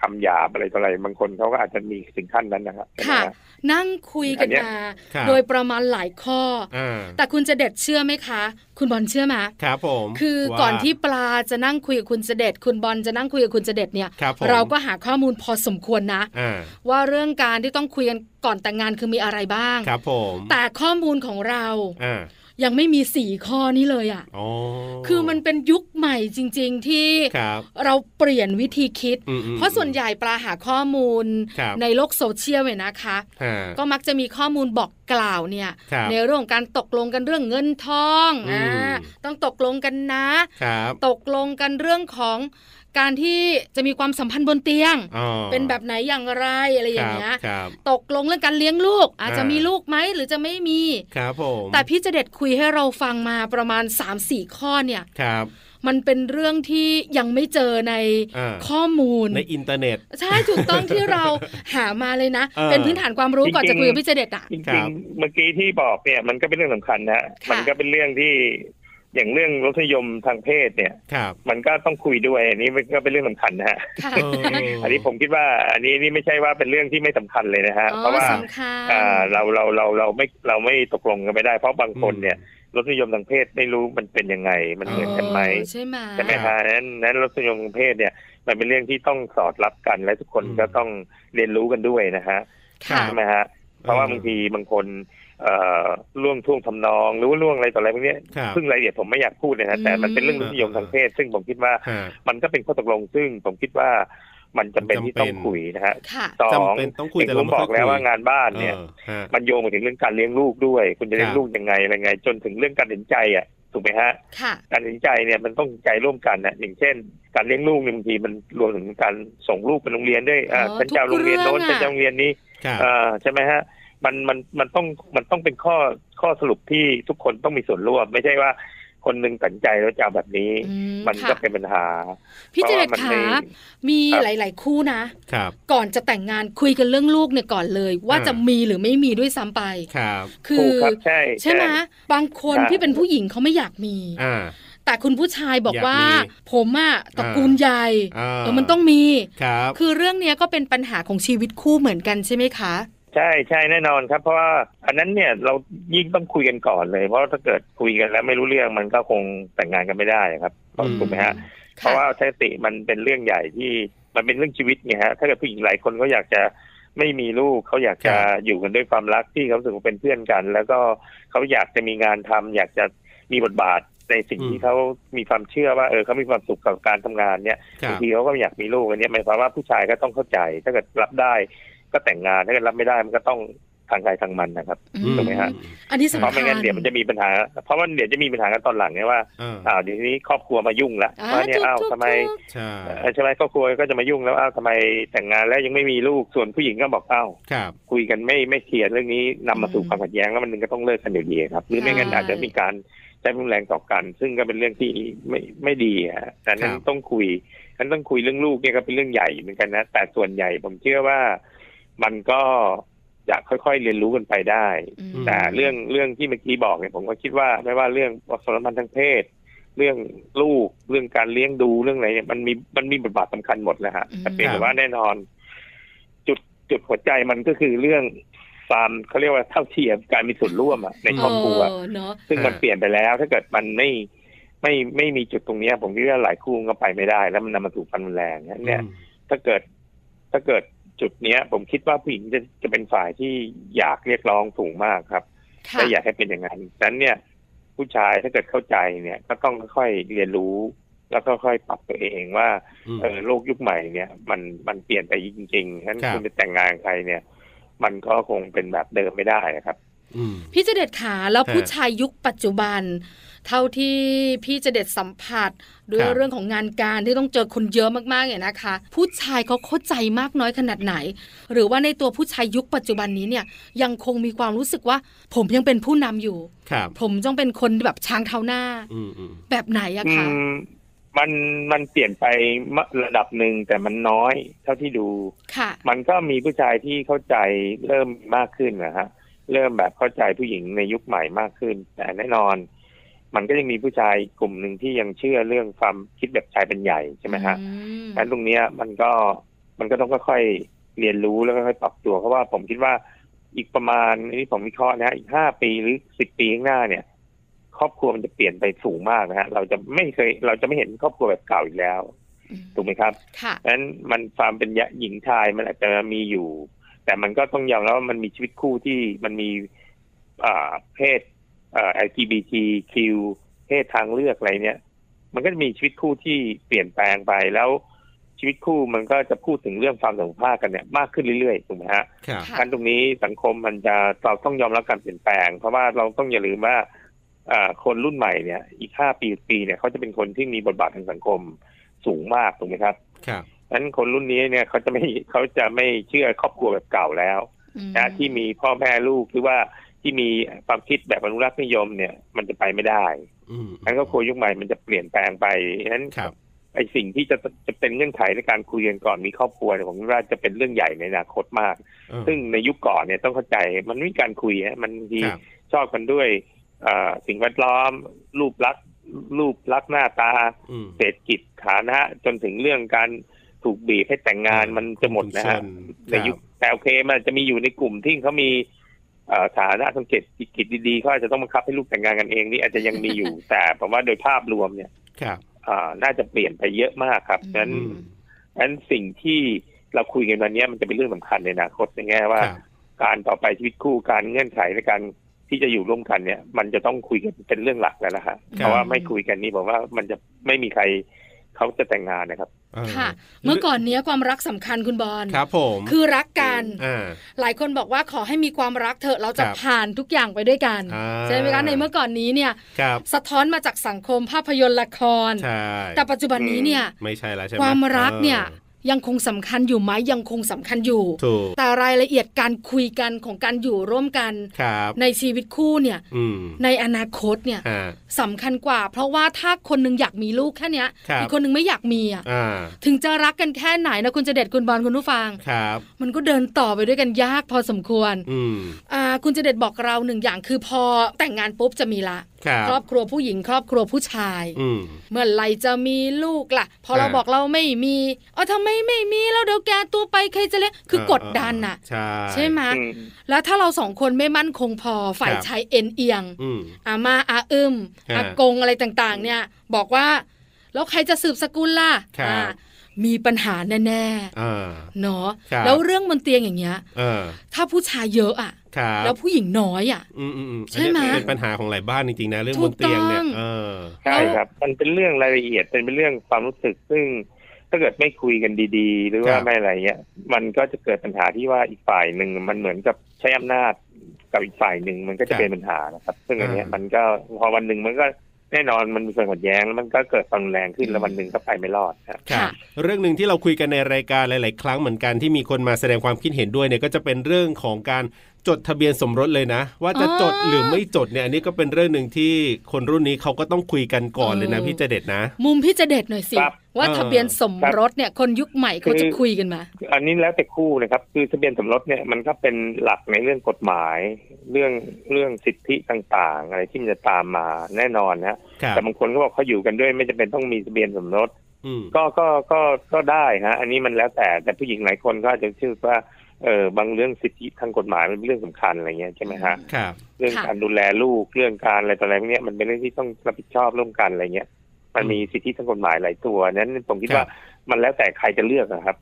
S5: คำหยาบอะไรต่ออะไรบางคนเขาก็อาจจะมีถึงขั้นนั้นนะครับใช่ไหม
S2: ค่ะ
S5: ฮะ
S2: นั่งคุยกัน
S5: อันเนี้ย
S2: มา
S3: ครับ
S2: โดยประมาณหลายข้อ
S3: อ่า
S2: แต่คุณจะเด็ดเชื่อไหมคะ คุณบอลเชื่อไหม
S3: ครับผม
S2: คือ
S3: ว่า
S2: ก่อนที่ปลาจะนั่งคุยกับคุณเจเด็ดคุณบอลจะนั่งคุยกับคุณเจเด็ดเนี่ย
S3: ครับผม
S2: เราก็หาข้อมูลพอสมควรนะ
S3: อ่า
S2: ว่าเรื่องการที่ต้องคุยกันก่อนแต่งงานคือมีอะไรบ้าง
S3: ครับผม
S2: แต่ข้อมูลของเรา
S3: อ่า
S2: ยังไม่มีสี่ข้อนี้เลยอะ่ะ
S3: อ๋อ
S2: คือมันเป็นยุคใหม่จริง ๆ ที่
S3: ครับ
S2: เราเปลี่ยนวิธีคิด
S3: อืมอืม
S2: เพราะส่วนใหญ่ปลาหาข้อมูล
S3: ครับ
S2: ในโลกโซเชียลเนี่ยนะคะ
S3: ฮะ
S2: ก็มักจะมีข้อมูลบอกกล่าวเนี่ย
S3: ครับ
S2: ในเรื่องของการตกลงกันเรื่องเงินทอง
S3: อืม
S2: อ่าต้องตกลงกันนะ
S3: ครับ
S2: ตกลงกันเรื่องของการที่จะมีความสัมพันธ์บนเตียง
S3: อ๋อ
S2: เป็นแบบไหนอย่างไรอะไรอย่างเงี้ย
S3: ครับ
S2: ตกลงเรื่องการเลี้ยงลูก อาจจะ
S3: อ่ามี
S2: มีลูกไหมหรือจะไม่มี
S3: ครับครับผม
S2: แต่พี่เจเด็ดคุยให้เราฟังมาประมาณ 3 4 ข้อเนี่ย
S3: ครับ
S2: มันเป็นเรื่องที่ยังไม่เจอใน
S3: อ่า
S2: ข้อมูล
S3: ในอินเทอร์เน็ต
S2: ใช่ถูกต้องที่เราหามาเลย นะ
S3: เออ
S2: เป็นพื้นฐานความรู้ก่อน
S5: จริ
S2: จะ
S5: งๆ
S2: คุยกับพี่เจเด็ดอ่ะ
S5: จ
S3: ครั
S5: ริง
S3: บ
S5: ๆเมื่อกี้ที่บอกเนี่ยมันก็เป็นเรื่องสำคัญนะฮะ
S2: ค่ะ
S5: มันก็เป็นเรื่องที่อย่างเรื่องรสนิยมทางเพศเนี่ย
S3: ครับ
S5: มันก็ต้องคุยด้วยอันนี้มันก็เป็นเรื่องสำคัญนะฮะ
S2: ค่ะ
S3: เออเ
S5: อันนี้ผมคิดว่าอันนี้นี่ไม่ใช่ว่าเป็นเรื่องที่ไม่สำคัญเลยนะฮะ
S2: อ๋
S5: เพราะ
S2: อ
S5: ว่า
S2: สำคัญ
S5: อ่าเราเราเราเราไม่เราไม่ตกลงกันไม่ได้ เพราะบางคนเนี่ยรสนิยมทางเพศไม่รู้มันเป็นยังไงมันเหมือนกันไหม
S2: เออใช่ไหม
S5: ใช่ไหมฮะนั้นนั้นรสนิยมทางเพศเนี่ย มันเป็นเรื่องที่ต้องสอดรับกันและทุกคน
S3: อืม
S5: ก็ต้องเรียนรู้กันด้วยนะฮะ
S3: ครับ
S5: ใช่ไหมฮะ เพราะ
S3: เออบ
S5: ว่าางทีบางคนเอ่อร่วงท่วงทำนองหรือว่าร่วงอะไรต่ออะไรพวกเนี้ย
S3: ครับ
S5: ซึ่งรายละเอียดผมไม่อยากพูดเลยนะแต่มันเป็นเรื่องรสนิยมทางเพศ ซึ่งผมคิดว่า
S3: ฮะ
S5: มันก็เป็นข้อตกลงซึ่งผมคิดว่ามันจำเป็นที่ต้องคุยนะฮะ
S2: ค่ะ
S5: สอ
S3: จำ
S5: ง
S3: เป็นต้องคุย
S5: เอก
S3: แต่
S5: ผ
S3: เรา
S5: ม
S3: ไม่
S5: บ
S3: ค่อย
S5: อกแล้ว
S3: คุย
S5: ว่างานบ้านเนี่ย
S3: ออฮะ
S5: มันโยงไปถึงเรื่องการเลี้ยงลูกด้วย คุณจะเลี้ย
S3: ค
S5: ง
S3: รับ
S5: ลูกยังไงอะไรไงจนถึงเรื่องการตัดสินใจอ่ะถูกไหมฮะ
S2: ค่ะ
S5: การตัดสินใจเนี่ยมันต้องใจร่วมกันนะอย่างเช่น การเลี้ยงลูกเนี่ยบางทีมันรวมถึงการส่งลูกไปโรงเรียนด้วยอ่า
S2: อ๋อ
S5: ฉันจะเอาโรงเรียนโน้น
S2: ทุกเรื่อน งอะ
S5: ฉัจะเอาโรงเรียนนี้
S3: ครับ
S5: อ่าใช่ไหมฮะมันมันมันต้องมันต้องเป็นข้อข้อสรุปที่ทุกคนต้องมีส่วนร่วม ไม่ใช่ว่าคนหนึ่งตัดสินใจแล้วจะเอาแบบนี้
S2: อื
S5: มัน
S2: ค่ะ
S5: ก็เป็นปัญหา
S2: พี่เจ
S5: พราะ
S2: เน็
S5: ว่า
S2: ต
S5: มัน
S2: ขา
S5: ไม่
S2: มี
S5: ครับ
S2: หลาย ๆ คู่นะ
S3: ครับ
S2: ก่อนจะแต่งงานคุยกันเรื่องลูกเนี่ยก่อนเลย ว่า
S3: อ่า
S2: จะมีหรือไม่มีด้วยซ้ำไป
S3: ครับ
S2: คื
S5: ถู
S2: อก
S5: ครับใช่
S2: ใช่ไหม
S5: ใช่
S2: บางคน
S5: ครับ
S2: ที่เป็นผู้หญิงเขาไม่อยากมี
S3: อ่า
S2: แต่คุณผู้ชายบอก
S3: อยาก
S2: ว่า
S3: มี
S2: ผมอะตระกูล
S3: อ่า
S2: ใหญ่
S3: อ่า
S2: เออมันต้องมี
S3: ครับ
S2: คือเรื่องเนี้ยก็เป็นปัญหาของชีวิตคู่เหมือนกันใช่ไหมคะ
S5: ใช่ใช่แน่นอนครับเพราะว่าอันนั้นเนี่ยเรายิ่งต้องคุยกันก่อนเลย เพราะถ้าเกิดคุยกันแล้วไม่รู้เรื่องมันก็คงแต่งงานกันไม่ได้ครับ
S3: อืม
S5: ถูกไหมฮะเพ
S2: ค่ะ
S5: ราะว่าสถิติมันเป็นเรื่องใหญ่ที่มันเป็นเรื่องชีวิตไงฮะถ้าเกิดผู้หญิงหลายคนเขาอยากจะไม่มีลูกเขาอยากจะอยู่กันด้วยความรักที่เขารู้สึกว่าเป็นเพื่อนกัน แล้วก็เขาอยากจะมีงานทำอยากจะมีบทบาทในสิ่ง
S3: อืม
S5: ที่เขามีความเชื่อว่าเออเขามีความสุขกับการทำงานเนี่ย
S3: ค
S5: บา
S3: รั
S5: ง
S3: บ
S5: ทีเขาก็อยากมีลูกอันเนี้ยหมายความว่าผู้ชายก็ต้องเข้าใจ ถ้าเกิดรับได้ก็แต่งงานถ้าเกิดรับไม่ได้มันก็ต้องทางใครทางมันนะครับ
S2: อื
S5: ถูกไหมฮะ
S2: อันนี้
S5: เพ
S2: สำ
S5: ราะ
S2: คั
S5: ไม่
S2: ญ
S5: งั้นเดี๋ยวมันจะมีปัญหา เพราะว่าเดี๋ยวจะมีปัญหากันตอนหลังไงว่า
S3: อ่า
S5: อ้าวเดี๋ยวนี้ครอบครัวมายุ่งละ
S2: อ่า
S5: ว่าเนี่ย
S2: ถูก
S5: อ้าว
S2: ถูก
S5: ทำไม
S2: ถูก
S3: ใช่
S5: เอ่อใช่ไหมครอบครัวก็จะมายุ่งแล้วอ้าวทำไมแต่งงานแล้วยังไม่มีลูกส่วนผู้หญิงก็บอกอ้าว
S3: ครับ
S5: คุยกันไม่ไม่เคลียร์เรื่องนี้นำมาสู่ความขัดแย้งแล้วมันนึงก็ต้องเลิกกันอยู่ดีครับหรือไม่งั้นอาจจะมีการใช้รุนแรงต่อกัน ซึ่งก็เป็นเรื่องที่ไม่ไม่ดีฮะแต่
S3: ค
S5: นั้
S3: น รับ
S5: ต้องคุยนั้นต้องคุยเรื่องลูกเนี่ยก็เป็นเรื่องใหญ่เหมือนกันนะแต่ส่วนใหญ่ผมเชื่อว่ามันก็จะค่อยๆเรียนรู้กันไปได้
S2: อืม
S3: ม
S5: แต่เรื่องเรื่องที่เมื่อกี้บอกเนี่ยผมก็คิดว่าไม่ว่าเรื่องความสัมพันธ์ทางเพศ เรื่องลูกเรื่องการเลี้ยงดูเรื่องอะไรเนี่ยมันมีมันมีบทบาทสำคัญหมดนะฮะ
S2: อืม
S5: แต่เพียงแต่ว่าแน่นอน จุดจุดหัวใจมันก็คือเรื่องความเขาเรียกว่าเท่าเทียมการมีส่วนร่วมอะในครอบครัว
S2: เออเนอะ
S5: ซึ่งมัน
S3: ฮะ
S5: เปลี่ยนไปแล้ว ถ้าเกิดมันไม่ไม่ไม่มีจุดตรงเนี้ย ผมคิดว่าหลายคู่ก็ไปไม่ได้ แล้วมันนำมาสู่ความรุนแรงเนี่ย
S3: อืม
S5: ถ้าเกิดถ้าเกิดจุดเนี้ย ผมคิดว่าผู้หญิงจะจะเป็นฝ่ายที่อยากเรียกร้องสูงมากครับ
S2: ค่ะ
S5: ถ้าอยากให้เป็นอย่างนั้นดังนั้นเนี่ย ผู้ชายถ้าเกิดเข้าใจเนี่ย ก็ต้องค่อยๆเรียนรู้ แล้วก็ค่อยๆปรับตัวเองว่า
S3: อืม
S5: เออโลกยุคใหม่เนี่ย มันมันเปลี่ยนไปจริงๆฉะนั้น
S3: ครับ
S5: คุณไปแต่งงานกับใครเนี่ย มันก็คงเป็นแบบเดิมไม่ได้นะครับ
S3: อืม
S2: พี่เจเด็ดขาแล้ว
S3: ฮะ
S2: ผู้ชายยุคปัจจุบัน เท่าที่พี่เจเด็ดสัมผัสด้วย
S3: ครับ
S2: เรื่องของงานการที่ต้องเจอคนเยอะมากๆเนี่ยนะคะ ผู้ชายเขาเข้าใจมากน้อยขนาดไหน หรือว่าในตัวผู้ชายยุคปัจจุบันนี้เนี่ยยังคงมีความรู้สึกว่า ผมยังเป็นผู้นำอยู่
S3: ครับ
S2: ผมต้องเป็นคนแบบช้างเท้าหน้า
S3: อืมอืม
S2: แบบไหนอะ
S5: อื
S2: คะ
S5: มมันมันเปลี่ยนไประดับหนึ่งแต่มันน้อย เท่าที่ดู
S2: ค่ะ
S5: มันก็มีผู้ชายที่เข้าใจเริ่มมากขึ้นนะฮะเริ่มแบบเข้าใจผู้หญิงในยุคใหม่มากขึ้น แต่แน่นอน มันก็ยังมีผู้ชายกลุ่มหนึ่งที่ยังเชื่อเรื่องความคิดแบบชายเป็นใหญ่ใช่ไหมฮะ
S2: อืม
S5: งั้นตรงเนี้ยมันก็มันก็ต้องค่อยๆเรียนรู้แล้วก็ค่อยปรับตัวเพราะว่าผมคิดว่าอีกประมาณอันนี้ผมวิเคราะห์นะฮะอีกห้าปีหรือสิบปีข้างหน้าเนี่ย ครอบครัวมันจะเปลี่ยนไปสูงมากนะฮะเราจะไม่เคยเราจะไม่เห็นครอบครัวแบบเก่าอีกแล้วถูกไหมครับ
S2: ค่ะ
S5: เพราะฉะนั้นมันความเป็นหญิงชายมันอาจจะมีอยู่ แต่มันก็ต้องยอมรับว่ามันมีชีวิตคู่ที่มันมีอ่าเพศอ่า LGBTQ เพศทางเลือกอะไรเนี่ย มันก็จะมีชีวิตคู่ที่เปลี่ยนแปลงไปแล้ว ชีวิตคู่มันก็จะพูดถึงเรื่องความสัมพันธ์กันเนี่ยมากขึ้นเรื่อยๆถูกไหมฮะ
S3: ครับ
S2: ค่ะ
S5: การตรงนี้สังคมมันจะเราต้องยอมรับการเปลี่ยนแปลง เพราะว่าเราต้องอย่าลืมว่าเอ่อคนรุ่นใหม่เนี่ยอีกห้าปีปีเนี่ยเขาจะเป็นคนที่มีบทบาททางสังคมสูงมากถูกไหมครับ
S3: ครับ
S5: ฉะนั้นคนรุ่นนี้เนี่ยเขาจะไม่เขาจะไม่เชื่อครอบครัวแบบเก่าแล้ว
S2: อืม
S5: นะที่มีพ่อแม่ลูกหรือว่าที่มีความคิดแบบอนุรักษ์นิยมเนี่ยมันจะไปไม่ได้
S3: อืม
S5: ฉะนั้นครอบครัวยุคใหม่มันจะเปลี่ยนแปลงไปฉะนั้น
S3: ครับ
S5: ไอ้สิ่งที่จะจะเป็นเงื่อนไขในการคุยกันก่อนมีครอบครัวเนี่ยผมว่าจะเป็นเรื่องใหญ่ในอนาคตมาก
S3: เออ
S5: ซึ่งในยุคก่อนเนี่ยต้องเข้าใจมันไม่มีการคุยฮะมันบางที
S3: ครับ
S5: ชอบกันด้วยเอ่อสิ่งแวดล้อม รูปลักษณ์รูปลักษณ์หน้าตา
S3: อืม
S5: เศรษฐกิจฐานะจนถึงเรื่องการถูกบีบให้แต่งงาน
S3: อ่า
S5: มันจะหมดนะฮะ
S3: ถูกชน
S5: ในยุค
S3: ครับ
S5: แต่โอเคมันอาจจะมีอยู่ในกลุ่มที่เขามีเอ่อฐานะทางเศรษฐกิจดีๆเขาอาจจะต้องบังคับให้ลูกแต่งงานกันเองนี่อาจจะยังมี อยู่ แต่ผมว่าโดยภาพรวมเนี่ย
S3: ครับ
S5: อ่าน่าจะเปลี่ยนไปเยอะมากครับฉะนั้น
S3: อืม
S5: ฉะนั้นสิ่งที่เราคุยกันวันเนี้ยมันจะเป็นเรื่องสำคัญในอนาคตในแง่ว่า
S3: ครับ
S5: การต่อไปชีวิตคู่การเงื่อนไขในการที่จะอยู่ร่วมกันเนี่ย มันจะต้องคุยกันเป็นเรื่องหลักแล้วนะฮะ
S3: ครับ
S5: เพราะว่าไม่คุยกันนี่ผมว่ามันจะไม่มีใครเขาจะแต่งงานนะครับ
S3: เออ
S2: ค่ะ เมื่อก่อนเนี้ยความรักสำคัญคุณบอล
S3: ครับผม
S2: คือรักกัน
S3: อ่า
S2: หลายคนบอกว่าขอให้มีความรักเถอะเราจะ
S3: ครับ
S2: ผ่านทุกอย่างไปด้วยกัน
S3: อ่า
S2: ใช่ไหมคะในเมื่อก่อนนี้เนี่ย
S3: ครับ
S2: สะท้อนมาจากสังคมภาพยนตร์ละคร
S3: ใช่
S2: แต่ปัจจุบันนี้เนี่ย
S3: ไม่ใช่แล้วใช่ไหม
S2: ความรักเนี่ย
S3: ออ
S2: ยังคงสำคัญอยู่ไหมยังคงสำคัญอยู่
S3: ถูก
S2: แต่รายละเอียดการคุยกันของการอยู่ร่วมกัน
S3: ครับ
S2: ในชีวิตคู่เนี่ย
S3: อืม
S2: ในอนาคตเนี่ย
S3: อ่า
S2: สำคัญกว่า เพราะว่าถ้าคนหนึงอยากมีลูกแค่เนี้ย
S3: ครับ
S2: อีกคนหนึงไม่อยากมีอ่ะ
S3: อ่า
S2: ถึงจะรักกันแค่ไหนนะคุณเจะเด็ดคุณบอลคุณผู้ฟัง
S3: ครับ
S2: มันก็เดินต่อไปด้วยกันยากพอสมควร
S3: อืม
S2: อ่าคุณเจเด็ดบอกเราหนึ่งอย่างคือพอแต่งงานปุ๊บจะมีละ
S3: ครับ
S2: ครอบครัวผู้หญิง ครอบครัวผู้ชาย
S3: อืม
S2: เมื่อไหรจะมีลูกล่ะ พอเรา
S3: อ่า
S2: บอกเราไม่มีเอ๋อทำไมไม่มีแล้วเดี๋ยวแกตัวไปใครจะเลี้ยงคือกดดันน่ะ
S3: ใช่
S2: ใช่ไหม
S5: อืม
S2: แล้วถ้าเราสองคนไม่มั่นคงพอฝ่ายชายเอ็นเอียง
S3: อืม
S2: อามาอาอึม
S3: ฮะ
S2: อากงอะไรต่างๆ เนี่ย บอกว่า แล้วใครจะสืบสกุลล่ะ
S3: ครับ
S2: อ่ามีปัญหาแน่
S3: อ่า
S2: ๆเนาะ
S3: ครับ
S2: แล้วเรื่องบนเตียงอย่างเงี้ย
S3: เออ
S2: ถ้าผู้ชายเยอะอะ
S3: ครับ
S2: แล้วผู้หญิงน้อยอะ
S3: อืมอืมอืม
S2: ใช่ไหม
S3: อันเนี้ยเป็นปัญหาของหลายบ้านจริงๆนะเรื่อง
S2: ถู
S3: บ
S2: ก
S3: นเตียงเนี่ย
S2: ต้อง
S3: เออ
S5: ใช่ครับ มันเป็นเรื่องรายละเอียด เป็นเรื่องความรู้สึก ซึ่งถ้าเกิดไม่คุยกันดี ๆ หรือว่า
S3: ครับ
S5: ไม่อะไรเงี้ย มันก็จะเกิดปัญหาที่ว่าอีกฝ่ายหนึ่งมันเหมือนกับใช้อำนาจกับอีกฝ่ายหนึ่งมันก็จะเป็นปัญหานะครับ ซึ่งอันเนี้ยมันก็พอวันหนึ่งมันก็แน่นอนมันมีส่วนขัดแย้งแล้วมันก็เกิดความรุนแรงขึ้นแล้ววันหนึ่งก็ไปไม่รอดครับ
S3: ครับ
S2: ค่ะ
S3: เรื่องหนึ่งที่เราคุยกันในรายการหลาย ๆ ครั้งเหมือนกันที่มีคนมาแสดงความคิดเห็นด้วยเนี่ยก็จะเป็นเรื่องของการจดทะเบียนสมรสเลยนะ ว่าจะ
S2: อ๋อ
S3: จดหรือไม่จดเนี่ยอันนี้ก็เป็นเรื่องหนึ่งที่คนรุ่นนี้เขาก็ต้องคุยกันก่อนเลยนะ
S2: เออ
S3: พี่เจเด็ดนะ
S2: มุมพี่เจะเด็ดหน่อยสิ
S5: ครับ
S2: ว่า
S3: เออ
S2: ทะเบียนสมรสเนี่ยคนยุคใหม่เขา
S5: คือ
S2: จะคุยกันมา
S5: อันนี้แล้วแต่คู่นะครับ คือทะเบียนสมรสเนี่ยมันก็เป็นหลักในเรื่องกฎหมาย เรื่องเรื่องสิทธิต่าง ๆ อะไรที่มันจะตามมาแน่นอนนะฮะ
S3: ครับ
S5: แต่บางคนก็บอกเขาอยู่กันด้วยไม่จำเป็นต้องมีทะเบียนสมรส
S3: อืม
S5: ก็ก็ก็ก็ได้ฮะ อันนี้มันแล้วแต่แต่ผู้หญิงหลายคนก็อาจจะเชื่อว่าเออบางเรื่องสิทธิทางกฎหมายมันเป็นเรื่องสำคัญอะไรเงี้ยใช่ไหมฮะ
S3: ครับ
S5: เรื่อง
S2: ค่ะ
S5: การดูแลลูกเรื่องการอะไรต่ออะไรพวกเนี้ยมันเป็นเรื่องที่ต้องรับผิดชอบร่วมกันอะไรเงี้ยมันมีสิทธิทางกฎหมายหลายตัวนั้นผมคิดว่ามันแล้วแต่ใครจะเลือกนะครับ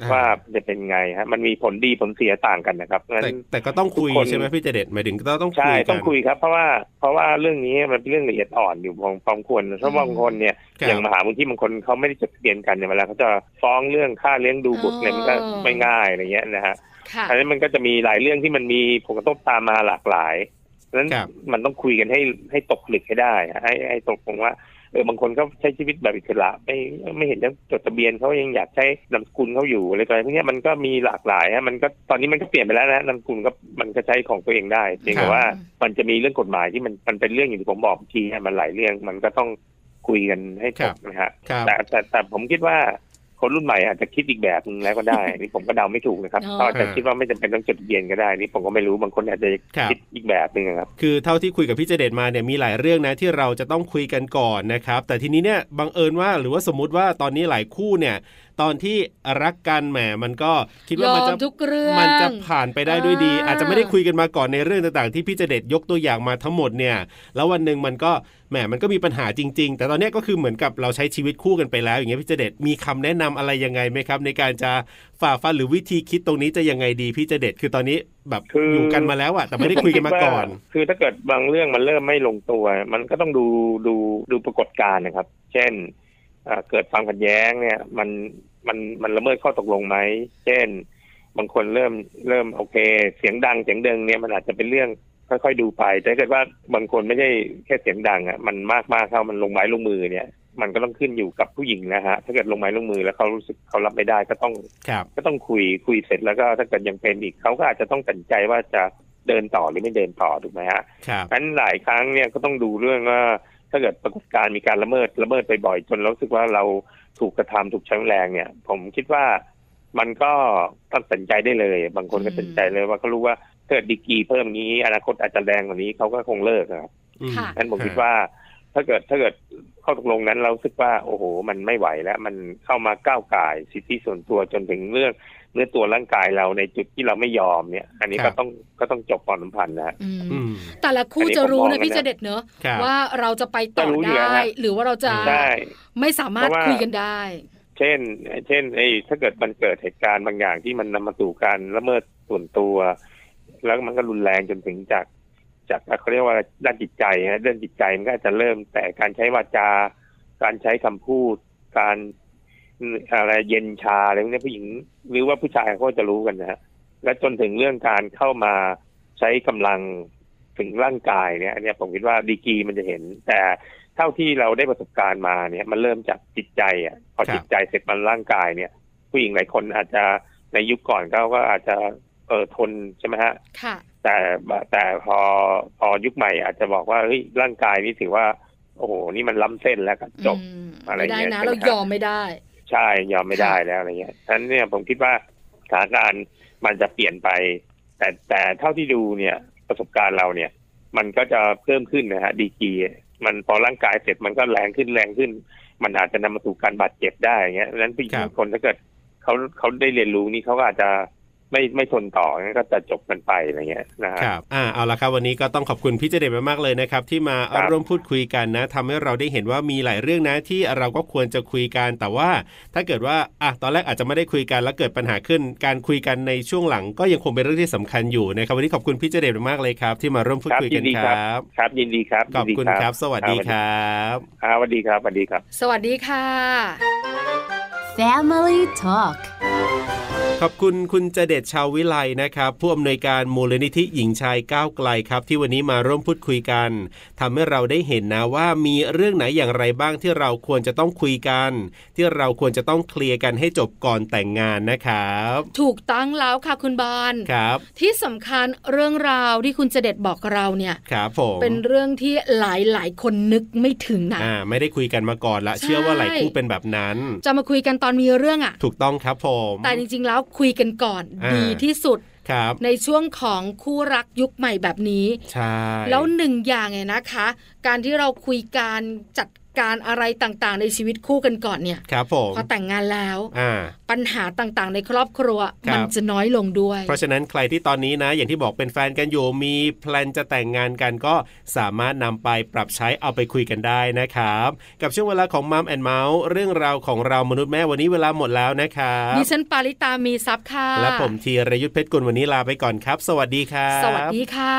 S3: อ่
S5: ว่าจะเป็นไงฮะมันมีผลดีผลเสียต่างกันนะครับเพราะฉะ
S3: แต่
S5: นั้น
S3: แต่ก็ต้องคุย
S5: ทุกคน
S3: ใช่ไหมพี่เจเด็ดหมายถึงก็ต้องคุ
S5: ใช่
S3: ยกัน
S5: ต้องคุยครับ เพราะว่าเพราะว่าเรื่องนี้มันเป็นเรื่องละเอียดอ่อนอยู่พอพอควรเพราะบางคนเนี่ย
S3: ครับ
S5: อย่างมหาบุญที่บางคนเขาไม่ได้จดทะเบียนกันเนี่ยเวลาเขาจะฟ้องเรื่องค่าเลี้ยงดูบุตรเนี่ย
S2: อ๋อ
S5: มันก็ไม่ง่ายอะไรเงี้ยนะฮะ
S2: ค่ะ
S5: อันนี้มันก็จะมีหลายเรื่องที่มันมีผลกระทบตามมาหลากหลายดังนั้น
S3: ครับ
S5: มันต้องคุยกันให้ให้ตกผลึกให้ได้ฮะให้ให้ตกลงว่าเออบางคนก็ใช้ชีวิตแบบอิสระไม่ไม่เห็นต้องจดทะเบียนเขายังอยากใช้นามสกุลเขาอยู่อะไรต่ออะไรพวกเนี้ยมันก็มีหลากหลายฮะมันก็ตอนนี้มันก็เปลี่ยนไปแล้วนะนามสกุลก็มันก็ใช้ของตัวเองได้เพียง
S3: ครั
S5: แต่
S3: บ
S5: ว่ามันจะมีเรื่องกฎหมายที่มันมันเป็นเรื่องอย่างที่ผมบอกเมื่อกี้ฮะมันหลายเรื่องมันก็ต้องคุยกันให้จบนะฮะ
S3: ครับ
S5: แต่แต่แต่ผมคิดว่าคนรุ่นใหม่อาจจะคิดอีกแบบนึง แล้วก็ได้ นี่ผมก็เดาไม่ถูกนะครับ
S2: อ๋อ
S5: เขาอาจจะคิดว่าไม่จำเป็นต้องจดทะเบียนก็ได้ นี่ผมก็ไม่รู้บางคนอาจจะ
S3: ครับ
S5: คิดอีกแบบนึงนะครับ
S3: คือเท่าที่คุยกับพี่เจเดตมาเนี่ยมีหลายเรื่องนะที่เราจะต้องคุยกันก่อนนะครับ แต่ทีนี้เนี่ยบังเอิญว่าหรือว่าสมมุติว่าตอนนี้หลายคู่เนี่ย ตอนที่รักกันแหมมันก็คิด
S2: ย
S3: ว่า
S2: อ
S3: มัน
S2: ม
S3: จะ
S2: ทุกเรื่อง
S3: มันจะผ่านไปได้ด้วยดี
S2: อ่า
S3: อาจจะไม่ได้คุยกันมาก่อนในเรื่องต่างๆ ที่พี่เจเดตยกตัวอย่างมาทั้งหมดเนี่ย แล้ววันหนึ่งมันก็แหมมันก็มีปัญหาจริง ๆ แต่ตอนเนี้ยก็คือเหมือนกับเราใช้ชีวิตคู่กันไปแล้ว อย่างเงี้ยพี่เจเดตมีคำแนะนำอะไรยังไงไหมครับ ในการจะฝ่าฟันหรือวิธีคิดตรงนี้จะยังไงดีพี่เจเดตคือตอนนี้แบบ
S5: คืออ
S3: อยู่กันมาแล้วอะแต่ไม่ได้คุยกันมาก่อน
S5: คือถ้าเกิดบางเรื่องมันเริ่มไม่ลงตัว มันก็ต้องดูดูดูปรากฏการณ์นะครับ เช่นอ่าเกิดความขัดแย้งเนี่ย มันมันมันละเมิดข้อตกลงไหมเช่น บางคนเริ่มเริ่มโอเค เสียงดังเสียงเดิงเนี่ยมันอาจจะเป็นเรื่องค่อยๆดูไป แต่ถ้าเกิดว่าบางคนไม่ใช่แค่เสียงดังอ่ะมันมากมากๆเข้ามันลงไม้ลงมือเนี่ย มันก็ต้องขึ้นอยู่กับผู้หญิงนะฮะถ้าเกิดลงไม้ลงมือแล้วเขารู้สึกเขารับไม่ได้ก็ต้อง
S3: ครับ
S5: ก็ต้องคุยคุยเสร็จแล้วก็ถ้าเกิดยังเป็นอีกเขาก็อาจจะต้องตัดสินใจว่าจะเดินต่อหรือไม่เดินต่อถูกไหมฮะ
S3: ครับ
S5: งั้นหลายครั้งเนี่ยก็ต้องดูเรื่องว่าถ้าเกิดปรากฏการณ์มีการละเมิดละเมิดไปบ่อยๆจนเรารู้สึกว่าเราถูกกระทำถูกใช้แรงเนี่ย ผมคิดว่ามันก็ตัดสินใจได้เลย บางคนก็ตัดสินใจเลยว่าเขารู้ว่าถ้าเกิดดีกรีเพิ่มนี้อนาคตอาจจะแรงกว่านี้เขาก็คงเลิกอะครับ
S3: อืม
S2: ค่ะ
S5: นั้นผมคิดว่า ถ้าเกิดถ้าเกิดข้อตกลงนั้นเรารู้สึกว่า โอ้โห มันไม่ไหวแล้ว มันเข้ามาก้าวก่ายสิทธิส่วนตัวจนถึงเรื่องเนื้อตัวร่างกายเราในจุดที่เราไม่ยอมเนี่ย อันนี้ก็ต้องก็ต้องจบความสัมพันธ์นะฮะ
S2: อืม
S3: อืม
S2: แต่ละคู่จะรู้นะพี่เจเด็ดเนอะ
S3: ครับ
S2: ว่าเราจะไปต่อ
S5: จะรู้อยู่แล้ว
S2: ได้
S5: ฮะ
S2: หรือว่าเราจะ
S5: ใช่
S2: ไม่สามารถ
S5: เพราะว่า
S2: คุยกันได้
S5: เช่น เช่นไอ้ถ้าเกิดมันเกิดเหตุการณ์บางอย่างที่มันนำมาสู่การละเมิดส่วนตัว แล้วมันก็รุนแรงจนถึงจาก จากเขาเรียกว่าด้านจิตใจฮะเรื่องจิตใจมันก็อาจจะเริ่มแต่การใช้วาจา การใช้คำพูด การอะไรเย็นชาอะไรพวกเนี้ยผู้หญิง หรือว่าผู้ชายเขาก็จะรู้กันนะฮะและจนถึงเรื่องการเข้ามาใช้กำลังถึงร่างกายเนี่ยอันเนี้ยผมคิดว่าดีกรีมันจะเห็น แต่เท่าที่เราได้ประสบการณ์มาเนี่ย มันเริ่มจากจิตใจอ่ะพอ
S3: ครับ
S5: จิตใจเสร็จมันร่างกายเนี่ย ผู้หญิงหลายคนอาจจะในยุคก่อนเขาก็อาจจะเออทนใช่ไหมฮะ
S2: ค่ะ
S5: แต่แต่พอพอยุคใหม่อาจจะบอกว่าเฮ้ยร่างกายนี่ถือว่า โอ้โหนี่มันล้ำเส้นแล้วก็จบ
S2: ม
S5: อะไร
S2: ไม่ได้
S5: เงี้ย
S2: นะ
S5: ใช่ไหม
S2: เรา
S5: ครับ
S2: ยอมไม่ได้
S5: ใช่ยอมไม่ได้แล้วอะไรเงี้ยฉะนั้นเนี่ยผมคิดว่าสถานการณ์มันจะเปลี่ยนไป แต่แต่เท่าที่ดูเนี่ยประสบการณ์เราเนี่ย มันก็จะเพิ่มขึ้นนะฮะดีกรีมันพอร่างกายเสร็จมันก็แรงขึ้นแรงขึ้น มันอาจจะนำมาสู่การบาดเจ็บได้อย่างเงี้ยฉะนั้นผู้หญิง
S3: ครับ
S5: บางคนถ้าเกิดเขาเขาได้เรียนรู้นี่เขาก็อาจจะไม่ไม่ทนต่องั้นก็จะจบมันไปอะไรเงี้ยนะฮะ
S3: ครับ อ่า เอาละครับ วันนี้ก็ต้องขอบคุณพี่เจเดชมากๆเลยนะครับ ที่มา
S5: ครับ
S3: ร่วมพูดคุยกันนะทำให้เราได้เห็นว่ามีหลายเรื่องนะที่เราก็ควรจะคุยกัน แต่ว่าถ้าเกิดว่า อ่ะ ตอนแรกอาจจะไม่ได้คุยกันแล้วเกิดปัญหาขึ้น การคุยกันในช่วงหลังก็ยังคงเป็นเรื่องที่สำคัญอยู่นะครับ วันนี้ขอบคุณพี่เจเดชมากๆเลยครับ ที่มาร่วมพูดคุยกัน
S5: ดี
S3: ครับ
S5: ครับ ยินดีครับ
S3: ขอบ
S5: ยินดี
S3: คุณครับ สวัสดีครับ
S5: อ่าสวัสดีครับสวัสดีครับ
S2: สวัสดีค่ะ
S1: Family Talk
S3: ขอบคุณคุณเจเดชชาววิไลนะครับ ผู้อำนวยการมูลนิธิหญิงชายก้าวไกลครับ ที่วันนี้มาร่วมพูดคุยกันทำให้เราได้เห็นนะว่ามีเรื่องไหนอย่างไรบ้างที่เราควรจะต้องคุยกัน ที่เราควรจะต้องเคลียร์กันให้จบก่อนแต่งงานนะครับ
S2: ถูกตั้องแล้วค่ะคุณบอล
S3: ครับ
S2: ที่สำคัญเรื่องราวที่คุณเจเด็ดบอกเราเนี่ย
S3: ครับผม
S2: เป็นเรื่องที่หลายหลายๆคนนึกไม่ถึงนะ
S3: อ่าไม่ได้คุยกันมาก่อนละ
S2: ใช่
S3: เชื่อว่าหลายคู่เป็นแบบนั้น
S2: จะมาคุยกันตอนมีเรื่องอะ่ะ
S3: ถูกต้องครับผม
S2: แต่จริงๆแล้วคุยกันก่อน
S3: อ่า
S2: ดีที่สุด
S3: ครับ
S2: ในช่วงของคู่รักยุคใหม่แบบนี้
S3: ใช่
S2: แล้วหนึ่งอย่างเนี่ยนะคะ การที่เราคุยการจัดการอะไรต่างๆ ในชีวิตคู่กันก่อนเนี่ย
S3: ครับผม
S2: พอแต่งงานแล้ว
S3: อ่า
S2: ปัญหาต่างๆ ในครอบครัว
S3: ครับ
S2: มันจะน้อยลงด้วย
S3: เพราะฉะนั้นใครที่ตอนนี้นะ อย่างที่บอกเป็นแฟนกันอยู่มีแพลนจะแต่งงานกันก็สามารถนำไปปรับใช้เอาไปคุยกันได้นะครับ กับช่วงเวลาของมัมแอนเมาส์เรื่องราวของเรามนุษย์แม่วันนี้เวลาหมดแล้วนะครับ
S2: ดิฉันปาริตามีซับค่ะ
S3: และผมธีรยุทธเพชรกุลวันนี้ลาไปก่อนครับ สวัสดีครับ
S2: สวัสดีค่ะ